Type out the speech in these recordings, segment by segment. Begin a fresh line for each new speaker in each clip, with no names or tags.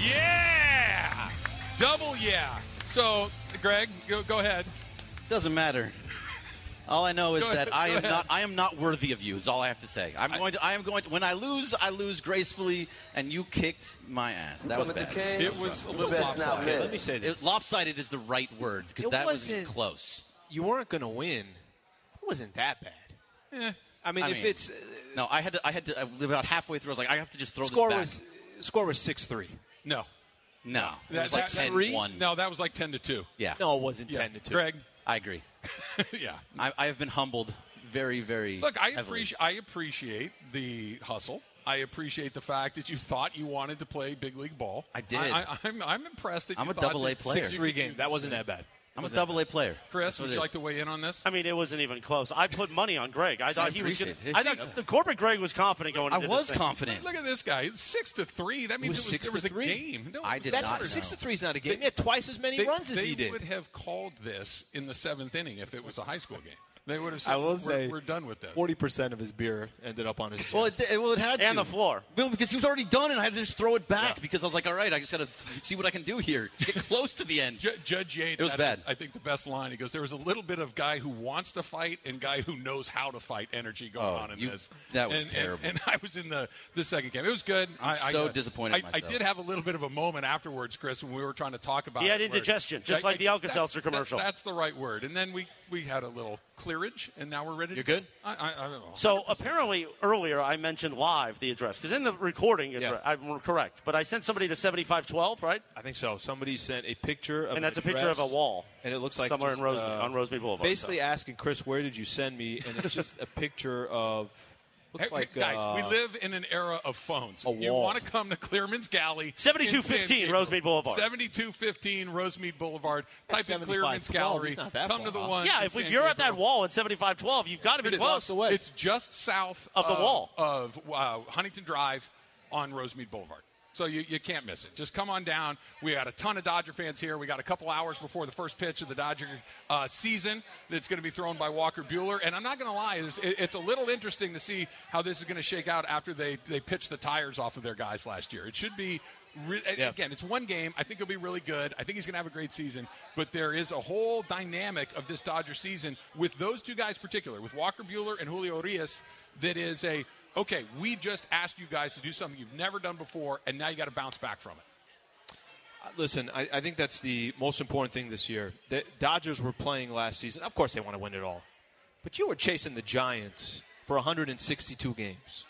Yeah! Double yeah. So, Greg, go, go ahead.
Doesn't matter. All I know is
Go
that
ahead,
I
go
am
ahead.
not I am not worthy of you. Is all I have to say. I'm going to I am going to when I lose, I lose gracefully and you kicked my ass. That was bad.
It was a little lopsided.
Let me say this.
It- lopsided is the right word because
It
that was
wasn't-
close.
you weren't going to win. It wasn't that bad. I mean,
I
if
mean,
it's uh,
No, I had to, I had to about halfway through I was like I have to just throw
score
this back.
was score was six three.
No.
no. It
That-
was like
that's
10
three?
1.
No, that was like 10 to 2.
Yeah.
No, it wasn't
Yeah.
ten to two.
Greg?
I agree.
yeah.
I, I have been humbled very very
Look, I
heavily.
appreciate I appreciate the hustle. I appreciate the fact that you thought you wanted to play big league ball.
I did.
I, I, I'm, I'm impressed that
I'm
you
a
thought
double A
that
player.
Six
you
three
could do
game. That
this.
wasn't that bad.
I'm a double A player.
Chris,
That's what
would
it
you
is.
like to weigh in on this?
I mean, it wasn't even close. I put money on Greg. I thought he was going.
appreciate it.
I thought the corporate Greg was confident going.
I
into
was
this thing.
confident.
Look at this guy. It's six to three. That means
was
it was,
six
there
to
was a
three.
game. No,
I
it was
did
six
That's
not
to
know.
six
three.
to three is not a game. He had twice as many
They,
runs as
they
he did.
would have called this in the seventh inning if it was a high school game. They would have said,
I will
we're,
say,
we're done with this.
Forty percent of his beer ended up on his.
Well, it, it- well, it had
And
to.
the floor.
Well, because he was already done, and I had to just throw it back because I was like, all right, I just got to see what I can do here. Get close to the end.
Ju- Judge Yates
It was
had,
bad.
I think, the best line. He goes, "There was a little bit of guy who wants to fight and guy who knows how to fight energy going
Oh,
on in
you-
this."
that was
And- and-
terrible.
And, I was in the the second game. It was good.
I'm
I- I,
so
uh,
disappointed in
I, I
myself.
did have a little bit of a moment afterwards, Chris, when we were trying to talk about.
He
it
had
where-
indigestion, just like the
that's-
Alka-Seltzer
that-
commercial.
that's the right word. And then we we had a little clearage, and now we're ready.
You're good?
I, I, I don't know.
So apparently earlier I mentioned live the address because in the recording address, I'm correct, but I sent somebody to 7512, right?
I think so. Somebody sent a picture of
And that's
an
a picture of
address,
a wall
and it looks like
somewhere
just,
in Rosemead,
uh,
on Rosemead Boulevard.
Basically
So-
asking Chris, where did you send me? And it's just a picture of looks
Hey,
like
guys,
uh,
we live in an era of phones.
a
You
wall.
want to come to Clearman's Galley,
7215
in San Diego.
Rosemead Boulevard.
7215 Rosemead Boulevard. Type in
75
Clearman's
twelve,
Gallery.
it's not that
Come
far
to the
off.
one.
yeah,
Uh, in
if,
San
if you're at
Diego.
that wall at 7512, you've got to
It
be
is.
close.
away.
It's just south
Of the wall.
of uh, Huntington Drive on Rosemead Boulevard. So you, you can't miss it. Just come on down. We got a ton of Dodger fans here. We got a couple hours before the first pitch of the Dodger uh, season that's going to be thrown by Walker Bueller. And I'm not going to lie, it's, it- it's a little interesting to see how this is going to shake out after they, they pitched the tires off of their guys last year. It should be, re- and
Yeah.
again, it's one game. I think he'll be really good. I think he's going to have a great season. But there is a whole dynamic of this Dodger season with those two guys, in particular, with Walker Bueller and Julio Rios, that is a okay. We just asked you guys to do something you've never done before, and now you got to bounce back from it.
Uh, Listen, I, I think that's the most important thing this year. The Dodgers were playing last season. Of course, they want to win it all. But you were chasing the Giants for 162 games.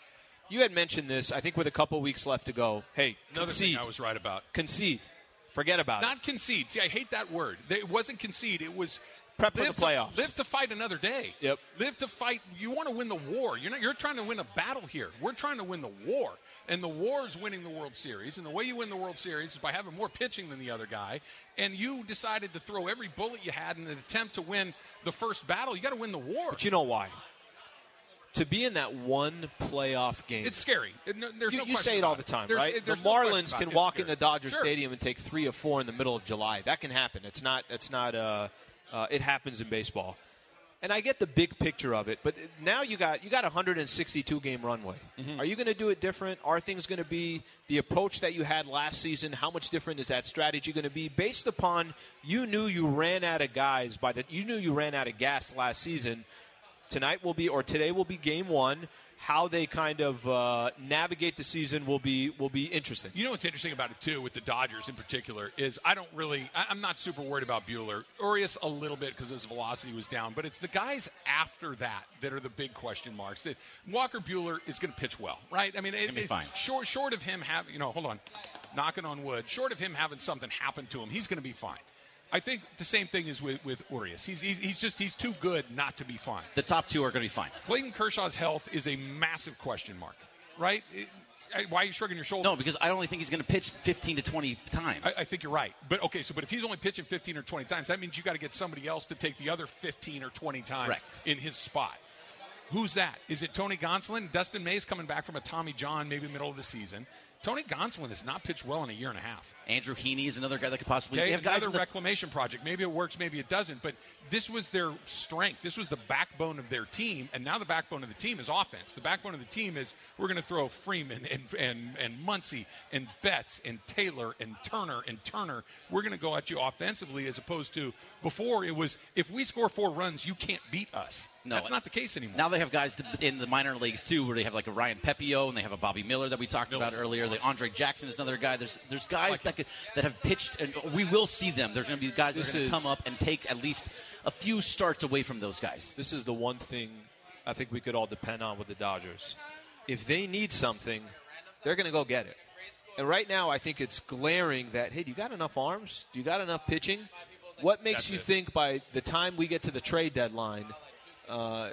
You had mentioned this, I think, with a couple weeks left to go. Hey,
Another
concede.
thing I was right about.
concede. Forget about it.
Not concede. See, I hate that word. They- It wasn't concede. It was
Prep for
live
the playoffs.
To, live to fight another day.
Yep.
Live to fight. You want to win the war. You're not. You're trying to win a battle here. We're trying to win the war, and the war is winning the World Series. And the way you win the World Series is by having more pitching than the other guy. And you decided to throw every bullet you had in an attempt to win the first battle. You got to win the war.
But you know why? To be in that one playoff game.
it's scary. It- no- there's
you
no
you
question
say it
about
all the time,
There's-
right?
it-
The
there's no question
Marlins
about it.
can
It's
walk
scary.
into Dodger
Sure.
Stadium and take three or four in the middle of July. That can happen. It's not. It's not. Uh, uh, it happens in baseball. And I get the big picture of it, but now you got you got a 162 game runway. Are you going to do it different? Are things going to be the approach that you had last season? How much different is that strategy going to be based upon you knew you ran out of guys by the you knew you ran out of gas last season tonight will be or today will be game one. How they kind of uh, navigate the season will be will be interesting.
You know what's interesting about it too, with the Dodgers in particular, is I don't really, I, I'm not super worried about Bueller. Urias a little bit because his velocity was down, but it's the guys after that that are the big question marks. That Walker Bueller is going to pitch well, right? I mean, it,
be
it-
fine.
Short, short of him having, you know, hold on, knocking on wood. Short of him having something happen to him, he's going to be fine. I think the same thing is with with Urias. He's he's, he's just he's too good not to be fine.
The top two are going to be fine.
Clayton Kershaw's health is a massive question mark, right? It- I- why are you shrugging your shoulder?
No, because I only think he's going to pitch 15 to 20 times.
I, I think you're right. But okay, so but if he's only pitching 15 or 20 times, that means you got to get somebody else to take the other 15 or 20 times
Correct.
in his spot. Who's that? Is it Tony Gonsolin? Dustin May's coming back from a Tommy John, maybe middle of the season. Tony Gonsolin has not pitched well in a year and a half.
Andrew Heaney is another guy that could possibly.
Okay,
they have guys
another
in the-
reclamation project. Maybe it works, maybe it doesn't. But this was their strength. This was the backbone of their team, and now the backbone of the team is offense. The backbone of the team is we're going to throw Freeman and and and Muncie and Betts and Taylor and Turner and Turner. We're going to go at you offensively as opposed to before it was if we score four runs, you can't beat us.
No.
that's not the case anymore.
Now they have guys to, in the minor leagues too, where they have like a Ryan Pepio and they have a Bobby Miller that we talked
Miller's
about earlier. The Andre Jackson is another guy. There's there's guys
Like
that could that have pitched, and we will see them. There's going to be guys that
This
are going
is-
to come up and take at least a few starts away from those guys.
This is the one thing I think we could all depend on with the Dodgers. If they need something, they're going to go get it. And right now, I think it's glaring that hey, do you got enough arms? Do you got enough pitching? What makes
That's
you
it.
think by the time we get to the trade deadline, uh,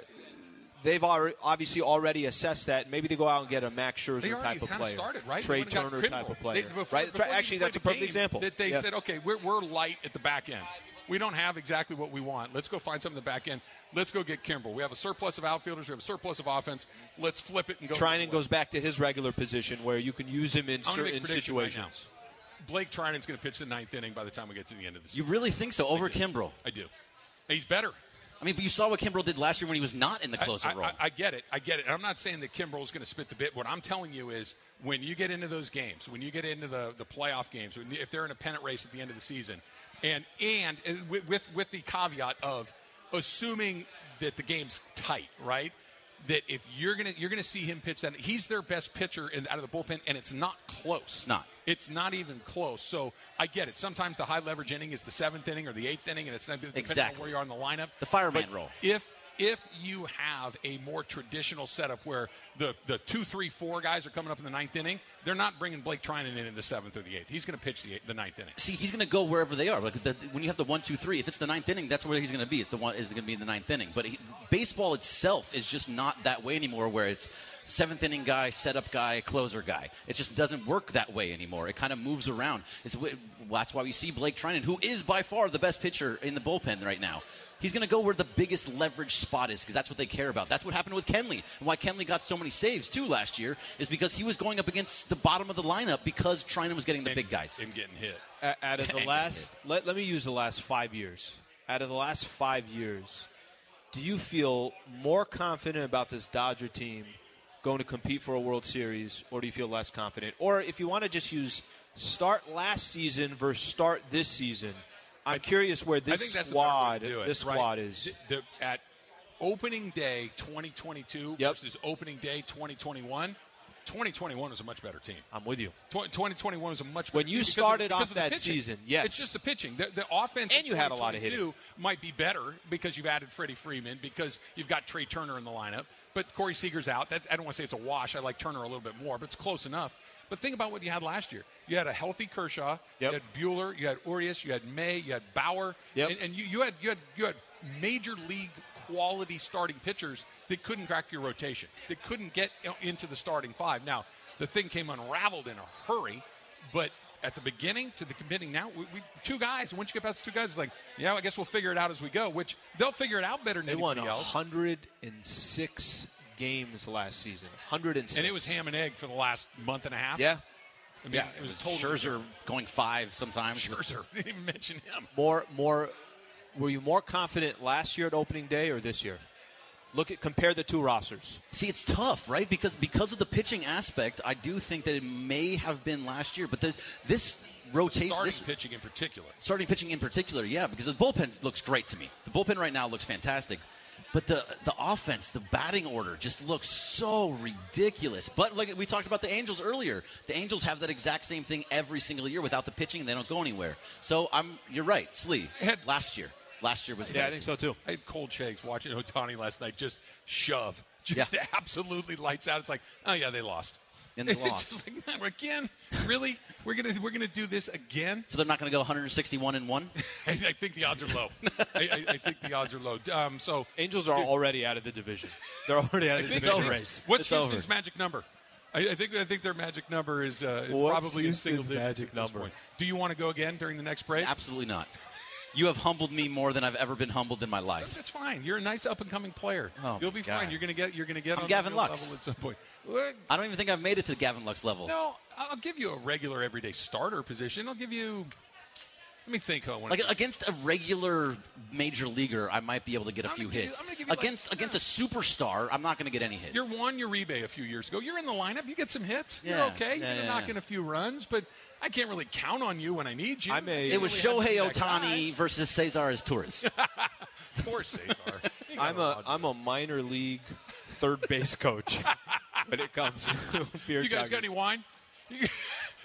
they've alre- obviously already assessed that? Maybe they go out and get a Max Scherzer
They already
type of
kinda
player,
started, right? They
Trey
went and got
Turner
Kimbrel.
type of
They-
player,
before-
right?
before you
Actually,
play
that's
the
a perfect
game,
example.
That they
Yeah.
said, "Oh, okay, we're, we're light at the back end. We don't have exactly what we want. Let's go find something in the back end. Let's go get Kimbrel. We have a surplus of outfielders. We have a surplus of offense. Let's flip it and go.
Trinan goes back to his regular position where you can use him
I'm
in
gonna make a
certain
prediction right
situations.
now. Blake Trinan's going to pitch the ninth inning by the time we get to the end of the
You
season.
really think so over Kimbrel?
I do. He's better.
I mean, but you saw what Kimbrel did last year when he was not in the
I-
closer
I,
role.
I, I get it. I get it. And I'm not saying that Kimbrell's going to spit the bit. What I'm telling you is when you get into those games, when you get into the, the playoff games, when you, if they're in a pennant race at the end of the season, and and uh, with, with with the caveat of assuming that the game's tight, right? That if you're gonna you're gonna see him pitch that he's their best pitcher in, out of the bullpen, and it's not close. It's
not.
It's not even close. So I get it. Sometimes the high leverage inning is the seventh inning or the eighth inning, and it's not depending on
Exactly.
where you are in the lineup.
The fireman
But
role.
if if you have a more traditional setup where the the two three four guys are coming up in the ninth inning, they're not bringing Blake Trinan in in the seventh or the eighth. He's going to pitch the eighth, the ninth inning.
see he's going to go wherever they are. Like the, when you have the one, two, three, if it's the ninth inning, that's where he's going to be. It's the one is going to be in the ninth inning. But he, baseball itself is just not that way anymore. Where it's seventh inning guy, setup guy, closer guy. It just doesn't work that way anymore. It kind of moves around. It's w- that's why we see Blake Trinan, who is by far the best pitcher in the bullpen right now. He's going to go where the biggest leverage spot is because that's what they care about. That's what happened with Kenley and why Kenley got so many saves too last year is because he was going up against the bottom of the lineup because Trinan was getting the big guys.
Him getting hit.
Uh, out of the last let, let me use the last five years out of the last five years do you feel more confident about this dodger team going to compete for a world series or do you feel less confident or if you want to just use start last season versus start this season i'm curious where
I
this
think that's the better way
squad
to do it,
this
right?
squad is
The- the- at opening day 2022
Yep.
versus opening day 2021. 2021 was a much better team.
i'm with you
Tw- 2021 was a much
When
better
you
team because
started
of, because
off
of the
that
pitching.
season, yes.
it's just the pitching. The, the offense in
And you had a lot of
2022 might be better because you've added Freddie Freeman because you've got Trey Turner in the lineup, but Corey Seager's out. That, I don't want to say it's a wash. I like Turner a little bit more, but it's close enough. But think about what you had last year. You had a healthy Kershaw. You
Yep.
had Bueller. You had Urias. You had May. You had Bauer.
Yep.
And, and you, you had you had you had major league quality starting pitchers that couldn't crack your rotation, that couldn't get you know, into the starting five. Now the thing came unraveled in a hurry, but at the beginning to the committing now, we, we two guys. Once you get past the two guys, it's like yeah, I guess we'll figure it out as we go. Which they'll figure it out better than
they won
anybody else.
106 games last season 106
And it was ham and egg for the last month and a half.
yeah
I mean,
Yeah,
it was, totally
Scherzer going five sometimes.
Scherzer. Didn't even mention him.
more more were you more confident last year at opening day or this year look at compare the two rosters
See, it's tough, right? Because because of the pitching aspect, I do think that it may have been last year, but there's this rotation,
Starting
this
pitching in particular.
starting pitching in particular, yeah, because the bullpen looks great to me. The bullpen right now looks fantastic. But the, the offense, the batting order just looks so ridiculous. But like we talked about the Angels earlier, the Angels have that exact same thing every single year without the pitching, and they don't go anywhere. So I'm you're right, Slee.
Had-
Last year, last year was a better team.
too
I had cold shakes watching Otani last night just shove. Just
Yeah.
absolutely lights out. It's like, oh yeah, they lost.
And they
It's
lost.
just like, man, again, really? We're gonna we're gonna do this again?
So they're not going to go 161 and one.
I, I think the odds are low. I, I, I think the odds are low. Um, so
angels are already out of the division they're already out of the
Big
division
Houston's-
race
What's
It's
Houston's magic number? I I, I think I think their magic number is uh,
What's
probably in
Houston's
single digits
magic
at this
number?
point. Do you want to go again during the next break?
Absolutely not. You have humbled me more than I've ever been humbled in my life.
That's fine. You're a nice up and coming player.
Oh,
You'll
my
be
God.
fine. You're gonna get. You're gonna get
I'm
on
Gavin
the field
Lux.
level at some point. Well,
I don't even think I've made it to the Gavin Lux level.
No, I'll give you a regular everyday starter position. I'll give you. Let me think. Who I want
Like against a regular major leaguer, I might be able to get a
I'm
few
gonna give you-
hits.
I'm gonna give you, like,
against against
yeah.
a superstar, I'm not going to get any hits.
You're Juan Uribe a few years ago. You're in the lineup. You get some hits.
Yeah.
You're okay.
Yeah,
You're
yeah,
knocking
yeah.
a few runs, but I can't really count on you when I need you.
I'm a-
it was
really haven't
Shohei
been that
Otani versus Cesar Torres.
guy. Poor Cesar. You got
I'm a
Rodgers.
I'm a minor league third base coach when it comes to beer
You guys
jogging.
got any wine? You,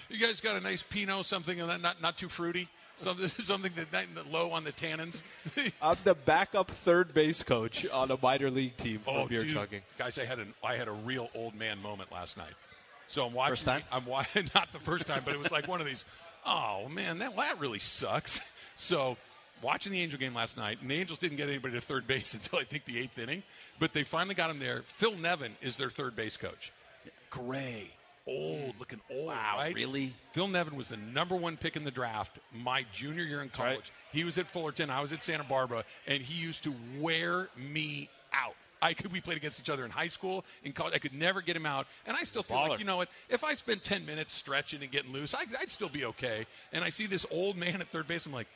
you guys got a nice Pinot, something and not not too fruity, something something that, that low on the tannins.
I'm the backup third base coach on a minor league team for
oh,
beer
dude.
chugging.
guys, I had an I had a real old man moment last night. So I'm watching.
First time?
I'm watching. Not the first time, but it was like one of these. Oh man, that that really sucks. So watching the Angel game last night, and the Angels didn't get anybody to third base until I think the eighth inning, but they finally got him there. Phil Nevin is their third base coach. Gray, old looking old.
Wow,
right?
really?
Phil Nevin was the number one pick in the draft my junior year in college. He was at Fullerton, I was at Santa Barbara, and he used to wear me out. I could we played against each other in high school, in college. I could never get him out, and I still feel like you know what? If I spent ten minutes stretching and getting loose, I, I'd still be okay. And I see this old man at third base. I'm like,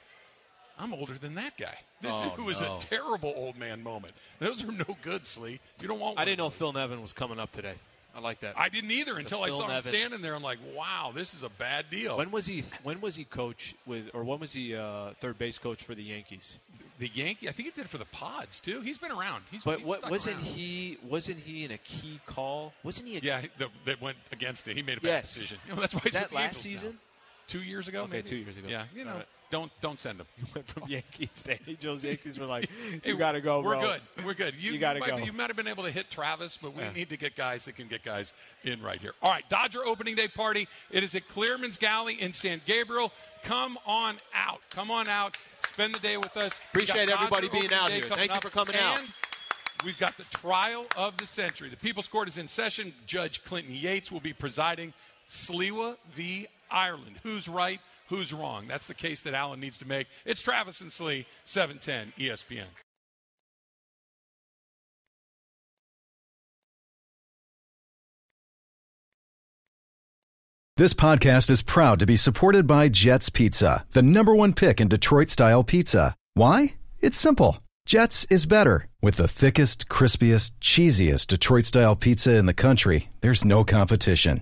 I'm older than that guy. This
Oh,
was
no.
a terrible old man moment. Those are no good, Slee. You don't want.
I
one
didn't
of
know Phil Nevin was coming up today. I like that.
I didn't either until I
Phil
saw him
Nevin.
standing there. I'm like, wow, this is a bad deal.
when was he? When was he coach with, or when was he uh, third base coach for the Yankees?
the Yankee, I think he did it for the Pods too. He's been around. He's
But
he's
what
stuck
wasn't
around.
he? Wasn't he in a key call? Wasn't he? A,
Yeah, he- the, that went against it. He made a bad
Yes.
decision. You know, that's why
Was
he's
that
with the Angels
last
now.
season?
Two years ago,
Okay,
maybe?
two years ago.
Yeah, you know,
All right.
don't don't send him.
went from Yankees to Angels. Yankees were like,
Hey,
you gotta go,
We're
bro.
good. We're good. You,
You gotta
might,
go.
You might have been able to hit Travis, but we
Yeah.
need to get guys that can get guys in right here. All right, Dodger opening day party. It is at Clearman's Galley in San Gabriel. Come on out. Come on out. Spend the day with us. We got
Appreciate everybody
Dodger
being
opening
out
day
here. Thank you
up.
for coming out.
And We've got the trial of the century. The People's Court is in session. Judge Clinton Yates will be presiding. Sliwa v. Ireland. Who's right? Who's wrong? That's the case that Allen needs to make. It's Travis and Slee, E 710 ESPN.
This podcast is proud to be supported by Jets Pizza, the number one pick in Detroit style pizza. Why? It's simple. Jets is better. With the thickest, crispiest, cheesiest Detroit style pizza in the country, there's no competition.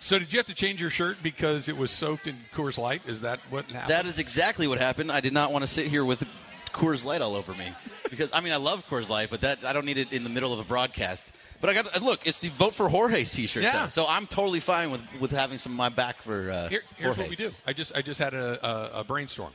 So did you have to change your shirt because it was soaked in Coors Light? Is that what happened?
That is exactly what happened. I did not want to sit here with Coors Light all over me because I mean I love Coors Light, but that I don't need it in the middle of a broadcast. But I got uh, look, it's the vote for Jorge's T-shirt,
Yeah.
though, so I'm totally fine with with having some of my back for. Uh,
Here, here's what
Jorge.
we do. I just I just had a, a, a brainstorm.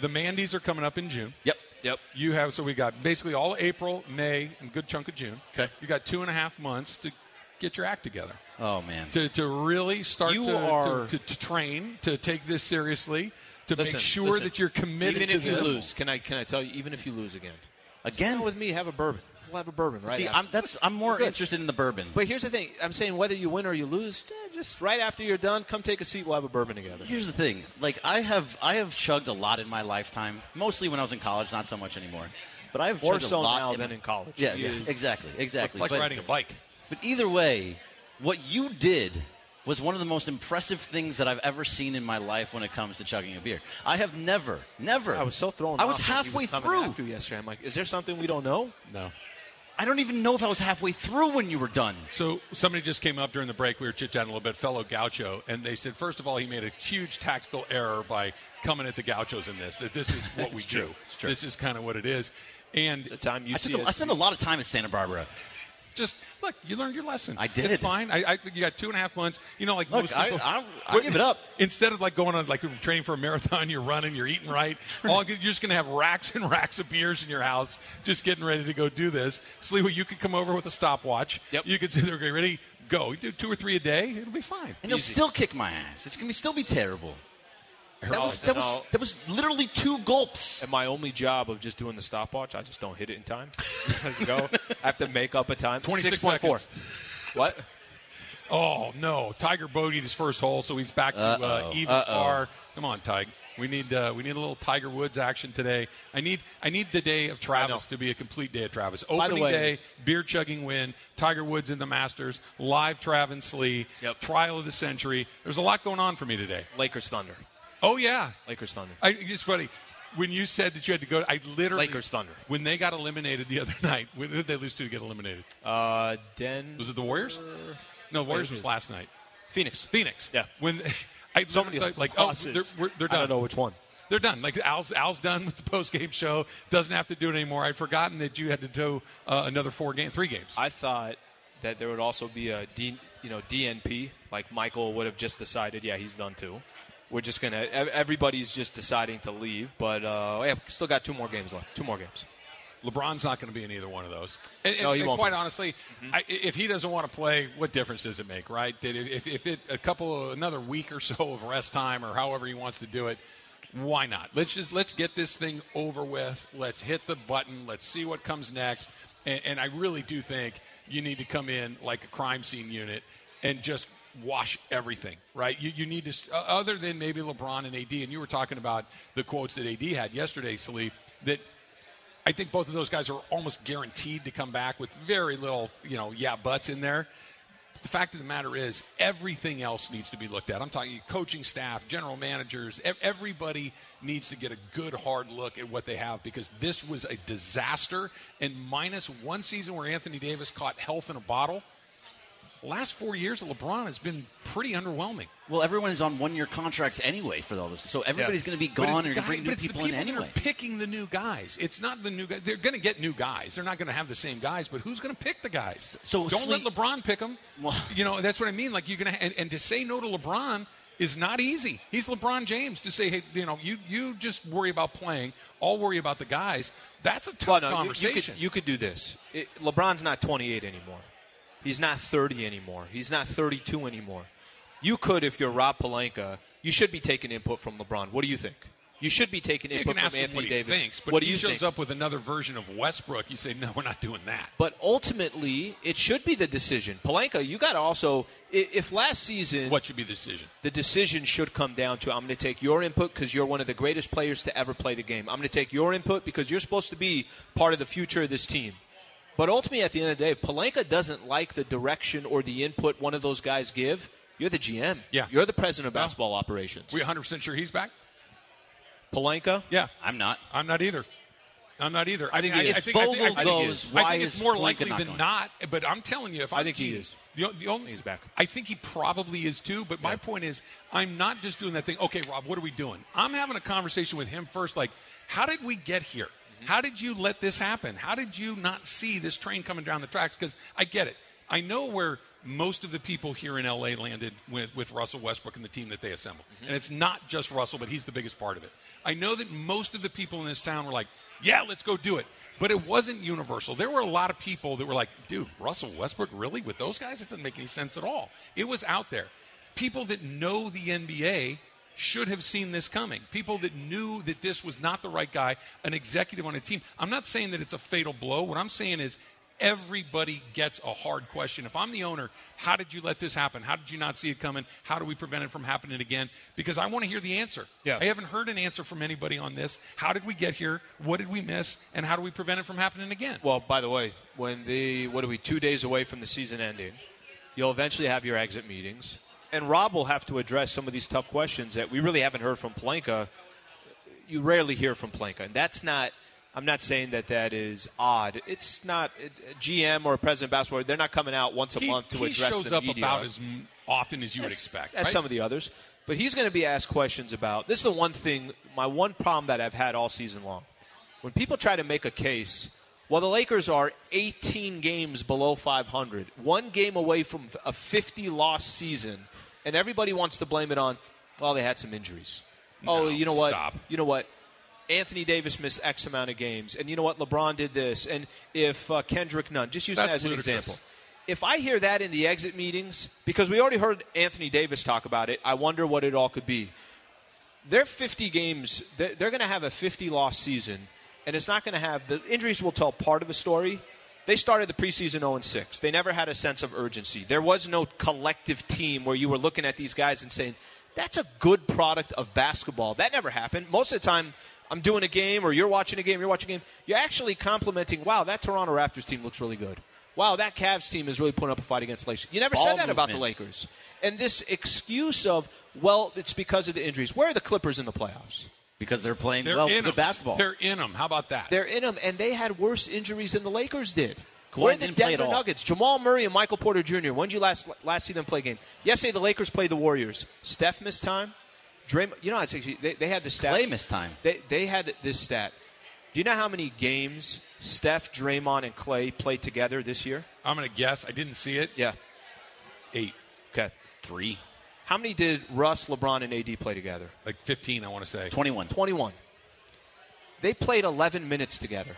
The Mandy's are coming up in June.
Yep, yep.
You have so we got basically all April, May, and a good chunk of June.
'Kay.
You got two and a half months to get your act together.
Oh man,
To to really start
You
to,
are-
to, to, to train, to take this seriously, to
Listen,
make sure
listen.
that you're committed
Even
to
if you
this.
lose, can I can I tell you? Even if you lose again,
again.
Not with me, have a bourbon. We'll have a bourbon right
See,
after.
I'm that's I'm more
Good.
interested in the bourbon.
But here's the thing: I'm saying whether you win or you lose, eh, just right after you're done, come take a seat. We'll have a bourbon together.
Here's the thing. Like I have I have chugged a lot in my lifetime, mostly when I was in college, not so much anymore. But I've
More
chugged a
so
lot
now
in
than in college.
Yeah, yeah,
Is-
exactly, exactly.
It's like
but,
riding a bike.
but either way, what you did was one of the most impressive things that I've ever seen in my life when it comes to chugging a beer. I have never, never.
I was so thrown.
I was
off
halfway
when he coming
through.
after you yesterday. I'm like, is there something we don't know?
No.
I don't even know if I was halfway through when you were done.
So somebody just came up during the break. We were chit chatting a little bit, fellow Gaucho, and they said, first of all, he made a huge tactical error by coming at the Gauchos in this. That this is what we do.
true. It's true.
This is kind of what it is. And
The time you
I,
see
took a, I
us,
spent a lot of time in Santa Barbara.
just look. You learned your lesson.
I did.
It's fine. I, I you got two and a half months. You know, like
Look,
most
I-
people,
I- I give it up.
Instead of like going on like training for a marathon, you're running, you're eating right. All good. You're just gonna have racks and racks of beers in your house, just getting ready to go do this. Sliwa, you could come over with a stopwatch.
Yep.
You could say they're ready. Go. You do two or three a day. It'll be fine.
and he'll
Easy.
still kick my ass. It's gonna be, still be terrible. That
Oh,
was that was
no.
that was literally two gulps.
And my only job of just doing the stopwatch, I just don't hit it in time. I go. I have to make up a time.
26
Six point four. What?
Oh no! Tiger bogeyed his first hole, so he's back to uh,
Uh-oh.
even
Uh-oh.
par. Come on, Tig. We need uh, we need a little Tiger Woods action today. I need I need the day of Travis to be a complete day of Travis.
the
Opening
way-
day, beer chugging win, Tiger Woods in the Masters, live Travis Lee,
Yep.
trial of the century. There's a lot going on for me today.
Lakers Thunder.
Oh yeah,
Lakers Thunder.
I, it's funny. When you said that you had to go, I literally
Lakers Thunder.
When they got eliminated the other night, who did they lose to to get eliminated?
Uh, Den.
Was it the Warriors?
Uh,
No, Warriors was last night.
Phoenix?
Phoenix.
Yeah.
When I
So many
literally thought, like oh
losses.
they're, we're, they're
I
done.
don't know which one.
They're done. Like Al's Al's done with the post game show. Doesn't have to do it anymore. I'd forgotten that you had to do uh, another four game, three games.
I thought that there would also be a D, you know DNP. Like Michael would have just decided, yeah, he's done too. We're just gonna. ev- Everybody's just deciding to leave, but uh, yeah, still got two more games left. Two more games.
LeBron's not going to be in either one of those. And, and-
No, he
and
won't
quite
be. Mm-hmm.
honestly, I, if he doesn't want to play, what difference does it make, right? That if, if it a couple of, another week or so of rest time or however he wants to do it, why not? Let's just let's get this thing over with. Let's hit the button. Let's see what comes next. And, and I really do think you need to come in like a crime scene unit and just wash everything, right? You, you need to, s- uh, other than maybe LeBron and AD, and you were talking about the quotes that AD had yesterday, Salih, that I think both of those guys are almost guaranteed to come back with very little, you know, yeah buts in there. The fact of the matter is, everything else needs to be looked at. I'm talking coaching staff, general managers, ev- everybody needs to get a good hard look at what they have because this was a disaster. And minus one season where Anthony Davis caught health in a bottle, last four years of LeBron has been pretty underwhelming.
Well, everyone is on one-year contracts anyway for all this, so everybody's going to be
But it's
gone. and
the
You're going to bring
guy-
new
but it's
people,
the
in
that are
anyway.
picking the new guys. It's not the new guys. They're going to get new guys. They're not going to have the same guys. But who's going to pick the guys?
So
don't let
Slee-
LeBron pick them.
Well-
you know that's what I mean. Like you're going to and, and to say no to LeBron is not easy. He's LeBron James to say hey you know you you just worry about playing. I'll worry about the guys. That's a tough
Well, no, you-
conversation.
You, could, you could do this. It, LeBron's not 28 anymore. He's not 30 anymore. He's not 32 anymore. You could, if you're Rob Palenka, you should be taking input from LeBron. What do you think? You should be taking
You can
input from
ask him
Anthony
what he
Davis.
thinks, but
what
if
do
he
you
shows
think?
up with another version of Westbrook, you say no, we're not doing that.
But ultimately, it should be the decision. Palenka, you got to also, i- if last season
What should be the decision?
the decision should come down to I'm going to take your input because you're one of the greatest players to ever play the game. I'm going to take your input because you're supposed to be part of the future of this team. But ultimately, at the end of the day, if Palenka doesn't like the direction or the input one of those guys give, you're the GM.
Yeah.
You're the president of
Well,
basketball operations.
We 100 percent sure he's back.
Palenka?
Yeah,
I'm not.
I'm not either. I'm not either. I
think
I,
he is.
I think, I think-
Vogel
I think he
goes,
is.
why
I think
is
it's more
Palenka
likely
not
than
going?
not. But I'm telling you, if I
think he is.
The, the only
He's back.
I think he probably is too. But my point is, I'm not just doing that thing. Okay, Rob, what are we doing? I'm having a conversation with him first. Like, how did we get here?
Mm-hmm.
How did you let this happen? How did you not see this train coming down the tracks? Because I get it. I know where most of the people here in LA landed with, with Russell Westbrook and the team that they assembled.
Mm-hmm.
And it's not just Russell, but he's the biggest part of it. I know that most of the people in this town were like, yeah, let's go do it. But it wasn't universal. There were a lot of people that were like, dude, Russell Westbrook, really? With those guys? It doesn't make any sense at all. It was out there. People that know the NBA should have seen this coming. People that knew that this was not the right guy, an executive on a team. I'm not saying that it's a fatal blow. What I'm saying is everybody gets a hard question. If I'm the owner, how did you let this happen? How did you not see it coming? How do we prevent it from happening again? Because I want to hear the answer.
Yeah.
I haven't heard an answer from anybody on this. How did we get here? What did we miss? And how do we prevent it from happening again?
Well, by the way, when the what are we two days away from the season ending? You'll eventually have your exit meetings, and Rob will have to address some of these tough questions that we really haven't heard from Planka. You rarely hear from Planka, and that's not. I'm not saying that that is odd. It's not it, a GM or a president of basketball. They're not coming out once a
he,
month to
he
address
shows
the
up
media
about as m- often as you would
as-
expect.
As
right?
some of the others. But he's going to be asked questions about this is the one thing, my one problem that I've had all season long. When people try to make a case Well, the Lakers are 18 games below 500, one game away from a 50 loss season, and everybody wants to blame it on, well, they had some injuries. oh,
No,
you know what?
stop.
You know what? Anthony Davis missed X amount of games, and you know what? LeBron did this, and if uh, Kendrick Nunn, just use that
That's
as an
ludicrous.
example. If I hear that in the exit meetings, because we already heard Anthony Davis talk about it, I wonder what it all could be their 50 games they're, they're going to have a 50 loss season and it's not going to have the injuries will tell part of the story they started the preseason 0-6 they never had a sense of urgency there was no collective team where you were looking at these guys and saying that's a good product of basketball that never happened most of the time i'm doing a game or you're watching a game you're watching a game you're actually complimenting wow that toronto raptors team looks really good wow that cavs team is really putting up a fight against the lakers you never said that about the
movement.
lakers Lakers. And this excuse of, well, it's because of the injuries. Where are the Clippers in the playoffs?
because they're playing
They're
well
in
good
'em.
basketball.
They're in them. How about that?
They're in them, and they had worse injuries than the Lakers did. Where are the
didn't play at
Denver
all.
Nuggets? Jamal Murray and Michael Porter Jr. When did you last last see them play a game? Yesterday, the Lakers played the Warriors. Steph missed time. Draymond, you know, I'd say they, they had the stat.
Clay missed time.
They, they had this stat. Do you know how many games Steph, Draymond, and Clay played together this year?
I'm going to guess. I didn't see it.
Yeah.
Eight,
Okay.
three.
How many did Russ, LeBron, and AD play together?
like 15, I want to say.
21.
21. They played 11 minutes together.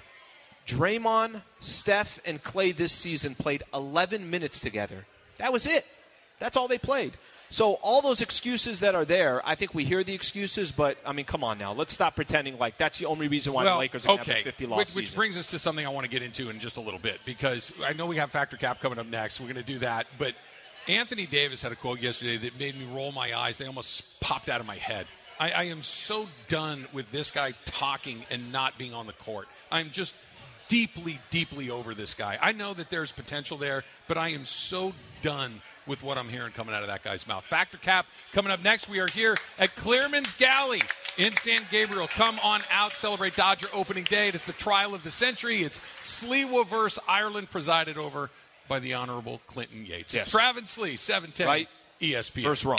Draymond, Steph, and Clay this season played 11 minutes together. That was it. That's all they played. So all those excuses that are there, I think we hear the excuses, but I mean, come on now. Let's stop pretending like that's the only reason why the Lakers are going to have a 50 loss
which,
season.
which brings us to something I want to get into in just a little bit because I know we have Factor Cap coming up next. We're going to do that, but Anthony Davis had a quote yesterday that made me roll my eyes. They almost popped out of my head. I, I am so done with this guy talking and not being on the court. I'm just deeply, deeply over this guy. I know that there's potential there, but I am so done with what I'm hearing coming out of that guy's mouth. Factor Cap coming up next. We are here at Clearman's Galley in San Gabriel. Come on out, celebrate Dodger opening day. It is the trial of the century. It's Sliwa versus Ireland, presided over by the Honorable Clinton Yates. It's
Yes.
Travis Slee, 710
Right.
ESPN.
First wrong.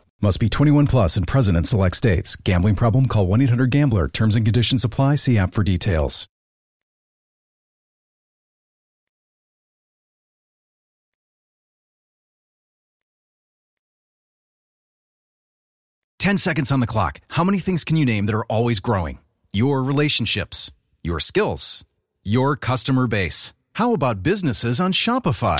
Must be 21 plus and present in select states. Gambling problem? Call 1 800 Gambler. Terms and conditions apply. See app for details. Ten seconds on the clock. How many things can you name that are always growing? Your relationships, your skills, your customer base. How about businesses on Shopify?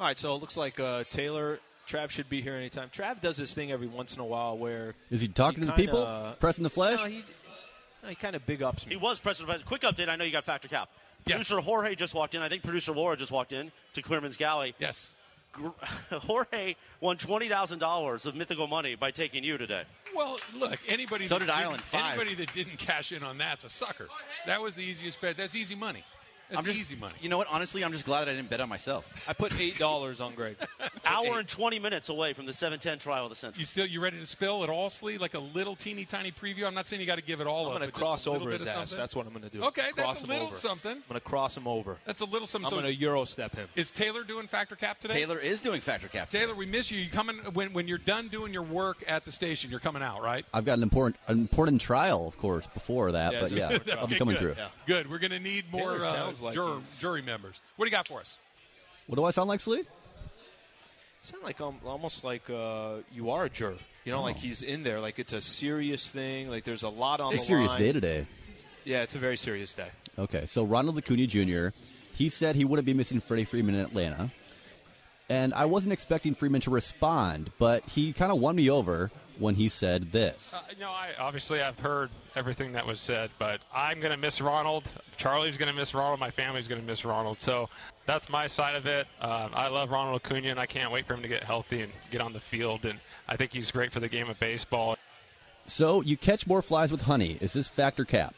All right, so it looks like uh, Taylor, Trav should be here anytime. Trav does this thing every once in a while where.
Is he talking to the
kinda-
people? Pressing the flesh?
No, he, no, he kind of big ups me.
He was president. of- Quick update. I know you got Factor Cap.
Yes.
Producer Jorge just walked in. I think producer Laura just walked in to Clearman's Galley.
Yes.
Gr- Jorge won twenty thousand dollars of mythical money by taking you today.
Well, look, anybody
So
that
did
didn't-
Ireland, five.
Anybody that didn't cash in on that's a sucker. That was the easiest bet. That's easy money. That's
I'm just
easy money.
You know what? Honestly, I'm just glad that I didn't bet on myself.
I put eight dollars on Greg.
hour
eight.
and 20 minutes away from the 710 trial of the Central.
You still you ready to spill it all, Slee? Like a little teeny tiny preview. I'm not saying you got to give it all
I'm
up.
going to
but just
cross
a little
over
bit
his
of
ass.
something.
That's what I'm going to do.
Okay, that's
cross
a
him
little
over.
something.
I'm going to cross him over.
That's a little something.
I'm
So
going to euro step him.
Is Taylor doing factor cap today?
Taylor is doing factor cap. today.
Taylor, we miss you. You coming when when you're done doing your work at the station? You're coming out, right?
I've got an important an important trial, of course, before that,
Yeah,
but
it's
yeah,
important
I'm
trial.
coming
good.
through.
Good. We're going to need more
Taylor
uh,
sounds like
jur-
he's-
jury members. What do you got for us?
What do I sound like, Slee?
sound like um, almost like uh, you are a juror. You know,
Oh.
like he's in there. Like it's a serious thing. Like there's a lot on
It's a
the
serious
line.
day today.
Yeah, it's a very serious day.
Okay, so Ronald Acuna Jr. He said he wouldn't be missing Freddie Freeman in Atlanta, and I wasn't expecting Freeman to respond, but he kind of won me over when he said this.
Uh, no, I obviously I've heard everything that was said, but I'm gonna miss Ronald. Charlie's gonna miss Ronald. My family's gonna miss Ronald. So that's my side of it. Um, I love Ronald Acuna, and I can't wait for him to get healthy and get on the field. And I think he's great for the game of baseball.
So you catch more flies with honey. Is this factor cap?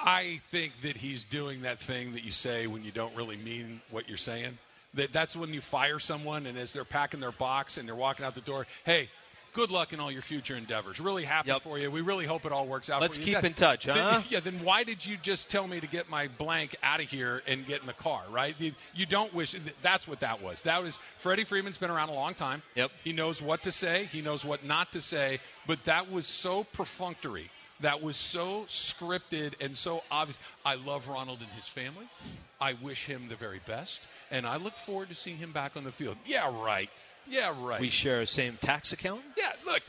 I think that he's doing that thing that you say when you don't really mean what you're saying. That that's when you fire someone, and as they're packing their box and they're walking out the door, hey. Good luck in all your future endeavors. Really happy
Yep.
for you. We really hope it all works out.
Let's
for you.
keep
That-
in touch,
then-
huh?
yeah. Then why did you just tell me to get my blank out of here and get in the car? Right? You- You don't wish. That's what that was. That was Freddie Freeman's been around a long time.
Yep.
He knows what to say, he knows what not to say, but that was so perfunctory. That was so scripted and so obvious. I love Ronald and his family. I wish him the very best, and I look forward to seeing him back on the field. Yeah, right. Yeah, right.
We share the same tax account.
Yeah, look,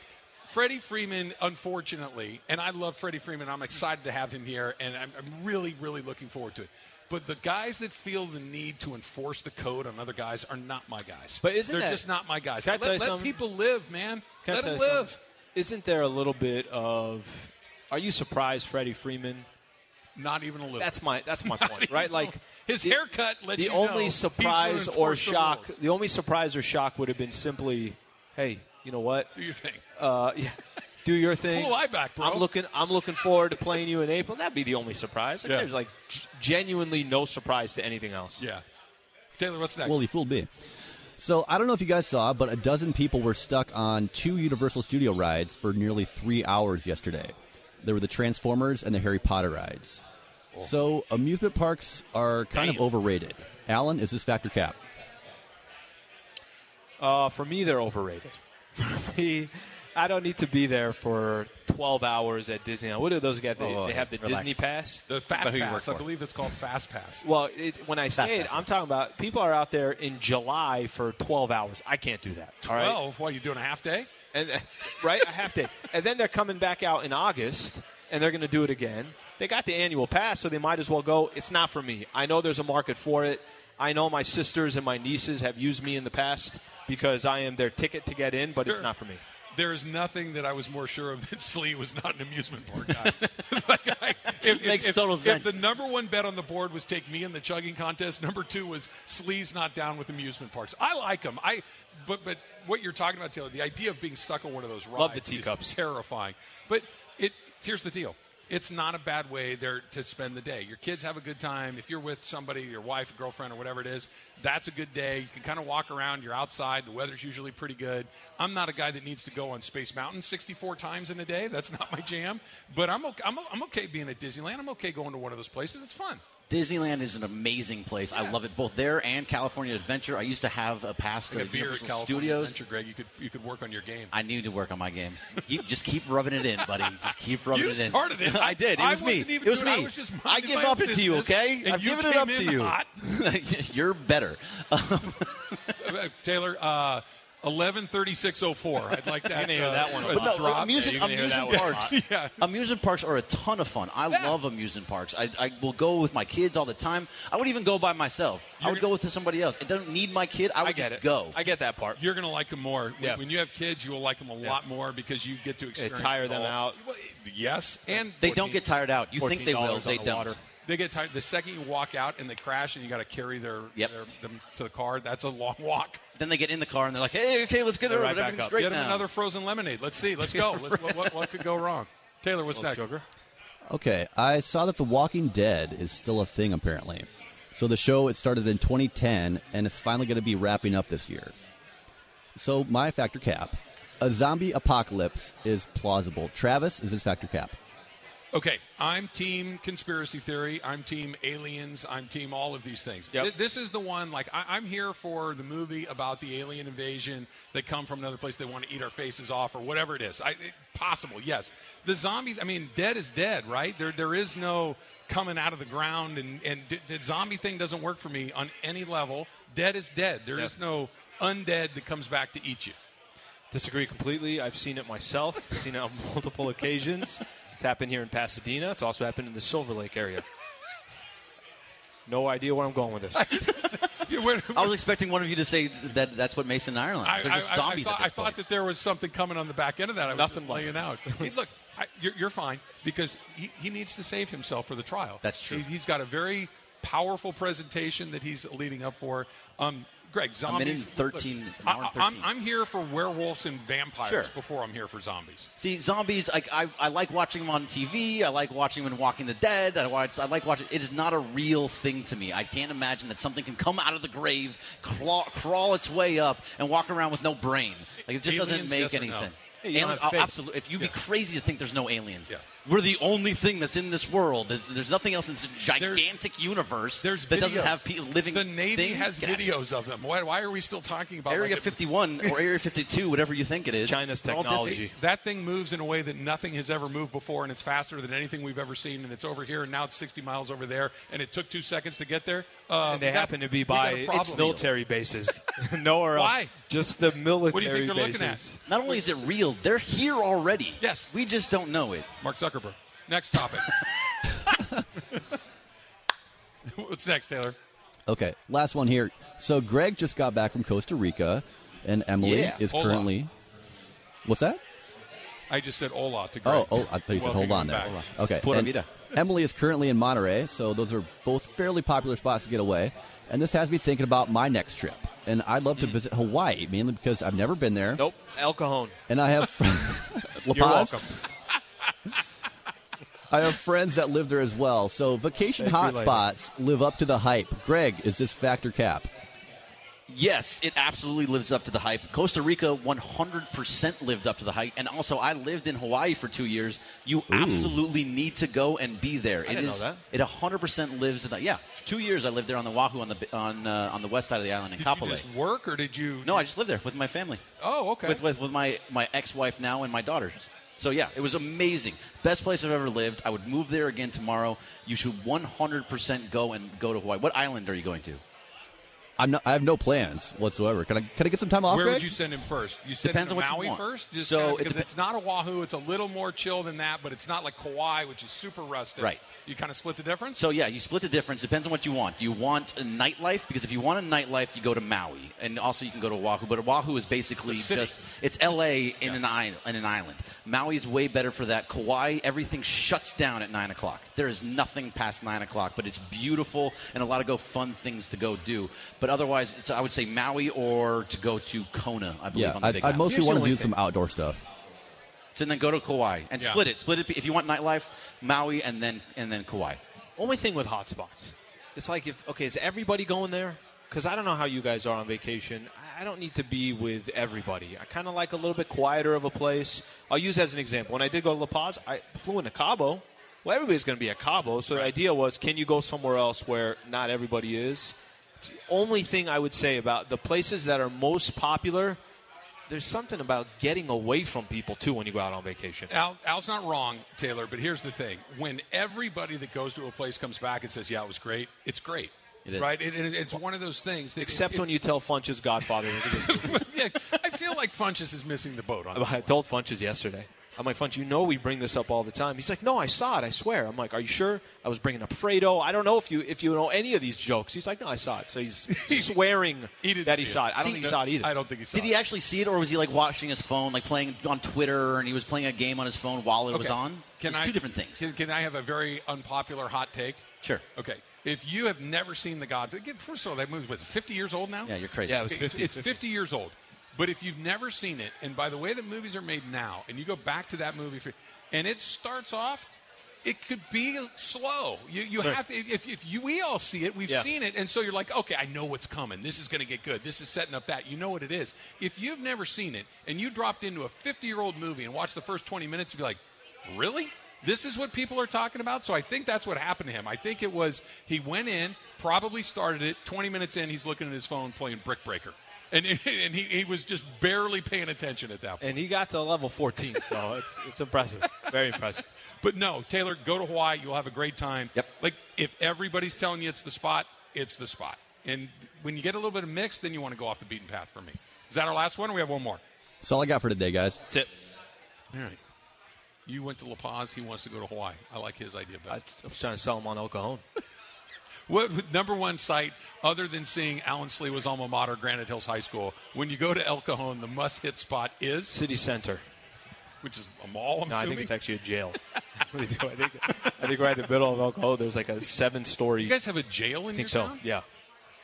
Freddie Freeman, unfortunately, and I love Freddie Freeman. I'm excited to have him here, and I'm, I'm really, really looking forward to it. But the guys that feel the need to enforce the code on other guys are not my guys.
But isn't
they're
that-
just not my guys.
Can I
Let,
tell you
let
something?
people live, man.
Can I
let them
tell you
live.
something? Isn't there a little bit of? Are you surprised, Freddie Freeman?
Not even a little.
That's my that's my point, right? Like
His
the-
haircut lets
the
you know
only
he's gonna
surprise or
enforce the
shock.
rules.
The, only surprise or shock would have been simply, "Hey, you know what?
do you think?
Uh, yeah, do your thing.
Pull eye back, bro.
I'm looking. I'm looking forward to playing you in April. That'd be the only surprise. Like,
Yeah.
There's like g- genuinely no surprise to anything else.
yeah. Taylor, what's next?
Well, he fooled me. So I don't know if you guys saw, but a dozen people were stuck on two Universal Studio rides for nearly three hours yesterday. There were the Transformers and the Harry Potter rides. So amusement parks are kind of overrated. Alan, is this factor cap?
Uh, for me, they're overrated. For me, I don't need to be there for 12 hours at Disneyland. What do those get? They,
Whoa, whoa,
they have the
Oh, relax.
Disney Pass.
the fast
About who you work
pass. I
for.
believe it's called fast pass.
Well, it, when I say it, I'm talking about people are out there in July for 12 hours. I can't do that. all right?
Twelve? Why you doing a half day?
and right, I have to. And then they're coming back out in August, and they're going to do it again. They got the annual pass, so they might as well go. It's not for me. I know there's a market for it. I know my sisters and my nieces have used me in the past because I am their ticket to get in, but it's
Sure.
not for me.
There is nothing that I was more sure of than Slee was not an amusement park guy. like, I, if,
Makes
if-
total
if
sense.
the number one bet on the board was take me in the chugging contest, number two was Slee's not down with amusement parks. I like them. I, but but what you're talking about, Taylor, the idea of being stuck on one of those rides
Love the
is
teacups.
terrifying. But it here's the deal. It's not a bad way there to spend the day. Your kids have a good time. If you're with somebody, your wife, girlfriend, or whatever it is, that's a good day. You can kind of walk around. You're outside. The weather's usually pretty good. I'm not a guy that needs to go on Space Mountain 64 times in a day. That's not my jam. But I'm okay, I'm, I'm okay being at Disneyland. I'm okay going to one of those places. It's fun.
Disneyland is an amazing place. I love it both there and California Adventure. I used to have a pass to
Like a beer at
Universal
California
Studios.
Adventure, Greg. You could you could work on your game.
I need to work on my games. Keep, just keep rubbing it in, buddy. Just keep rubbing
You
it in.
started it.
I did. It
I
was me.
wasn't even
it was
doing it. I
me.
was just
I
minding
give
my
up
own
it to you,
business,
okay?
and
I've
you
given it up
came
to
in
you.
hot.
You're better.
Uh, Taylor, uh, eleven thirty six oh four. I'd like that.
hear
uh,
that one a
uh,
lot.
no,
drop.
amusement,
Yeah, you're gonna hear
amusement
that one a
parks.
lot. Yeah.
Amusement parks are a ton of fun. I
Yeah.
love amusement parks. I, I will go with my kids all the time. I would even go by myself. I would go with somebody else. It doesn't need my kid. I would
I get
just
it.
go.
I get that part.
You're going to like them more When-
Yeah.
when you have kids. You will like them a lot more because you get to experience.
tire
it
them
all.
out.
Well, yes, and
they don't get tired out. You think they
$14
will?
on
They
the
don't.
water.
They get tired the second you walk out and they crash and you got to carry their,
Yep.
their them to the car. That's a long walk.
Then they get in the car and they're like, "Hey, okay, let's get it.
They're right
Right
back
Everything's
up.
great
get 'em
now."
another frozen lemonade. Let's see. Let's go. Let's, what, what, what could go wrong? Taylor, what's next?
sugar.
Okay, I saw that The Walking Dead is still a thing apparently. So the show it started in 2010 and it's finally going to be wrapping up this year. So my factor cap, a zombie apocalypse is plausible. Travis is his factor cap.
Okay, I'm team conspiracy theory. I'm team aliens. I'm team all of these things.
Yep.
Th- this is the one, like, I- I'm here for the movie about the alien invasion. They come from another place. They want to eat our faces off or whatever it is. I, it- possible, yes. The zombie, I mean, dead is dead, right? There, There is no coming out of the ground. And, and d- the zombie thing doesn't work for me on any level. Dead is dead. There is no undead that comes back to eat you.
Disagree completely. I've seen it myself. seen it on multiple occasions. It's happened here in Pasadena. It's also happened in the Silver Lake area. No idea where I'm going with this.
Um, You- when-
I was expecting one of you to say that that's what Mason Ireland.
I,
They're
I-
just
I- I
zombies
thought,
at
I
this point.
thought that there was something coming on the back end of that. I was
Nothing
just laying out. Hey, look, I, you're, you're fine because he, he needs to save himself for the trial.
That's true.
He, he's got a very powerful presentation that he's leading up for. Um, Greg, zombies.
in 13,
look,
an hour and
I, am
13.
I'm here for werewolves and vampires
Sure.
before I'm here for zombies.
See, zombies. Like I, I like watching them on TV. I like watching them in Walking the Dead. I watch. I like watching. It is not a real thing to me. I can't imagine that something can come out of the grave, claw, crawl its way up, and walk around with no brain. Like it just
Aliens,
doesn't make
yes or
any
no?
sense.
Hey, you don't have faith.
absolutely. If you'd be crazy to think there's no aliens,
Yeah.
we're the only thing that's in this world. There's, there's nothing else in this gigantic universe
There's
that doesn't
videos.
have pe- living.
The Navy
things.
has
Get out of here.
videos of them. Why, why are we still talking about
Area
like it-
51 or Area 52, whatever you think it is.
China's
They're all different.
technology.
That thing moves in a way that nothing has ever moved before, and it's faster than anything we've ever seen. And it's over here, and now it's 60 miles over there, and it took two seconds to get there. Uh,
and they
that-
happen to be
we got
by
a
its
problem.
military bases. Nowhere else.
Why?
Just the military
What do you think they're
bases.
looking at?
Not only is it real, they're here already.
Yes.
We just don't know it.
Mark Zuckerberg. Next topic. What's next, Taylor?
Okay, last one here. So Greg just got back from Costa Rica, and Emily
Yeah.
is
Hold on.
currently. What's that?
I just said hola to Greg.
Oh, oh, I thought you said
Welcome
hold on there.
back.
Hold on. Okay.
Pura
and
vida.
Emily is currently in Monterey, so those are both fairly popular spots to get away. And this has me thinking about my next trip. And I'd love to visit Hawaii, mainly because I've never been there.
Nope. El Cajon.
And I have La
You're
Paz?
welcome.
I have friends that live there as well. So vacation
Thank you, lady.
hotspots live up to the hype. Greg, is this factor cap?
Yes, it absolutely lives up to the hype. Costa Rica 100% lived up to the hype. And also, I lived in Hawaii for two years. You absolutely need to go and be there. It
didn't know
is-
that.
It 100% lives in the. Yeah, two years I lived there on the Oahu on the, on, uh, on the west side of the island in
Did you
Kapolei.
just work, or did you?
No, I just lived there with my family.
Oh, okay.
With with, with my, my ex wife now and my daughters. So yeah, it was amazing. Best place I've ever lived. I would move there again tomorrow. You should 100% go and go to Hawaii. What island are you going to?
I'm not, I have no plans whatsoever. Can I can I get some time off?
Where
Greg?
would you send him first? You send
Depends
him
on
to
what you
Maui
want.
first, just
So
kinda
it
because
depe-
it's not Oahu, it's a little more chill than that, but it's not like Kauai, which is super rustic.
Right.
You kind of split the difference.
So yeah, you split the difference. Depends on what you want. Do you want a nightlife? Because if you want a nightlife, you go to Maui, and also you can go to Oahu. But Oahu is basically
It's a city.
just it's L.A. in an island. In an island, Maui is way better for that. Kauai, everything shuts down at nine o'clock. There is nothing past nine o'clock, but it's beautiful and a lot of go fun things to go do. But otherwise, it's, I would say Maui or to go to Kona. I believe
yeah,
on the
I,
Big
I
Island.
mostly
Here's
want
the
to
only
do some outdoor stuff.
So then go to Kauai and
Yeah.
split it. Split it if you want nightlife, Maui, and then and then Kauai.
Only thing with hotspots, it's like if okay, is everybody going there? Because I don't know how you guys are on vacation. I- I don't need to be with everybody. I kind of like a little bit quieter of a place. I'll use as an example. When I did go to La Paz, I flew into Cabo. Well, everybody's going to be at Cabo, so the idea was, can you go somewhere else where not everybody is? It's the only thing I would say about the places that are most popular. There's something about getting away from people too when you go out on vacation.
Al, Al's not wrong, Taylor, but here's the thing. When everybody that goes to a place comes back and says, yeah, it was great, it's great.
It is.
Right? It, it- it's one of those things that.
Except when you tell Funch's Godfather.
yeah, I feel like Funches is missing the boat on this.
I told Funches yesterday. I'm like, Funch, you know we bring this up all the time. He's like, no, I saw it. I swear. I'm like, are you sure? I was bringing up Fredo. I don't know if you if you know any of these jokes. He's like, no, I saw it. So he's swearing
He didn't
that he
see it.
saw it. I don't think he saw it either.
I don't think he saw
Did
it.
he actually see it, or was he like watching his phone, like playing on Twitter, and he was playing a game on his phone while it was
Okay.
on?
Can
it's
I-
two different things.
Can, can I have a very unpopular hot take?
Sure.
Okay. If you have never seen The Godfather, again, first of all, that movie was 50 years old now?
Yeah, you're crazy.
Yeah, it was
It's-
50.
It's 50 years old. But if you've never seen it, and by the way that movies are made now, and you go back to that movie, for, and it starts off, it could be slow. You, you
Sure.
have to, if, if you, we all see it, we've
Yeah.
seen it, and so you're like, okay, I know what's coming. This is going to get good. This is setting up that. You know what it is. If you've never seen it and you dropped into a 50 year old movie and watched the first 20 minutes, you'd be like, really? This is what people are talking about? So I think that's what happened to him. I think it was he went in, probably started it. 20 minutes in, he's looking at his phone playing Brick Breaker. And, and he, he was just barely paying attention at that point.
And he got to level 14, so it's it's impressive. Very impressive.
But no, Taylor, go to Hawaii. You'll have a great time.
Yep.
Like if everybody's telling you it's the spot, it's the spot. And when you get a little bit of mix, then you want to go off the beaten path for me. Is that our last one or we have one more?
That's all I got for today, guys.
That's it.
All right. You went to La Paz, he wants to go to Hawaii. I like his idea better.
I I was trying to sell him on El Cajon.
What what number one site, other than seeing Alan Slewa's alma mater, Granite Hills High School, when you go to El Cajon, the must hit spot is,
City Center.
which is a mall, I'm
No, I
assuming?
think it's actually a jail. What do they do? I think, I think right in the middle of El Cajon, there's like a seven story.
you guys have a jail in
I think
your
so.
town?
Yeah.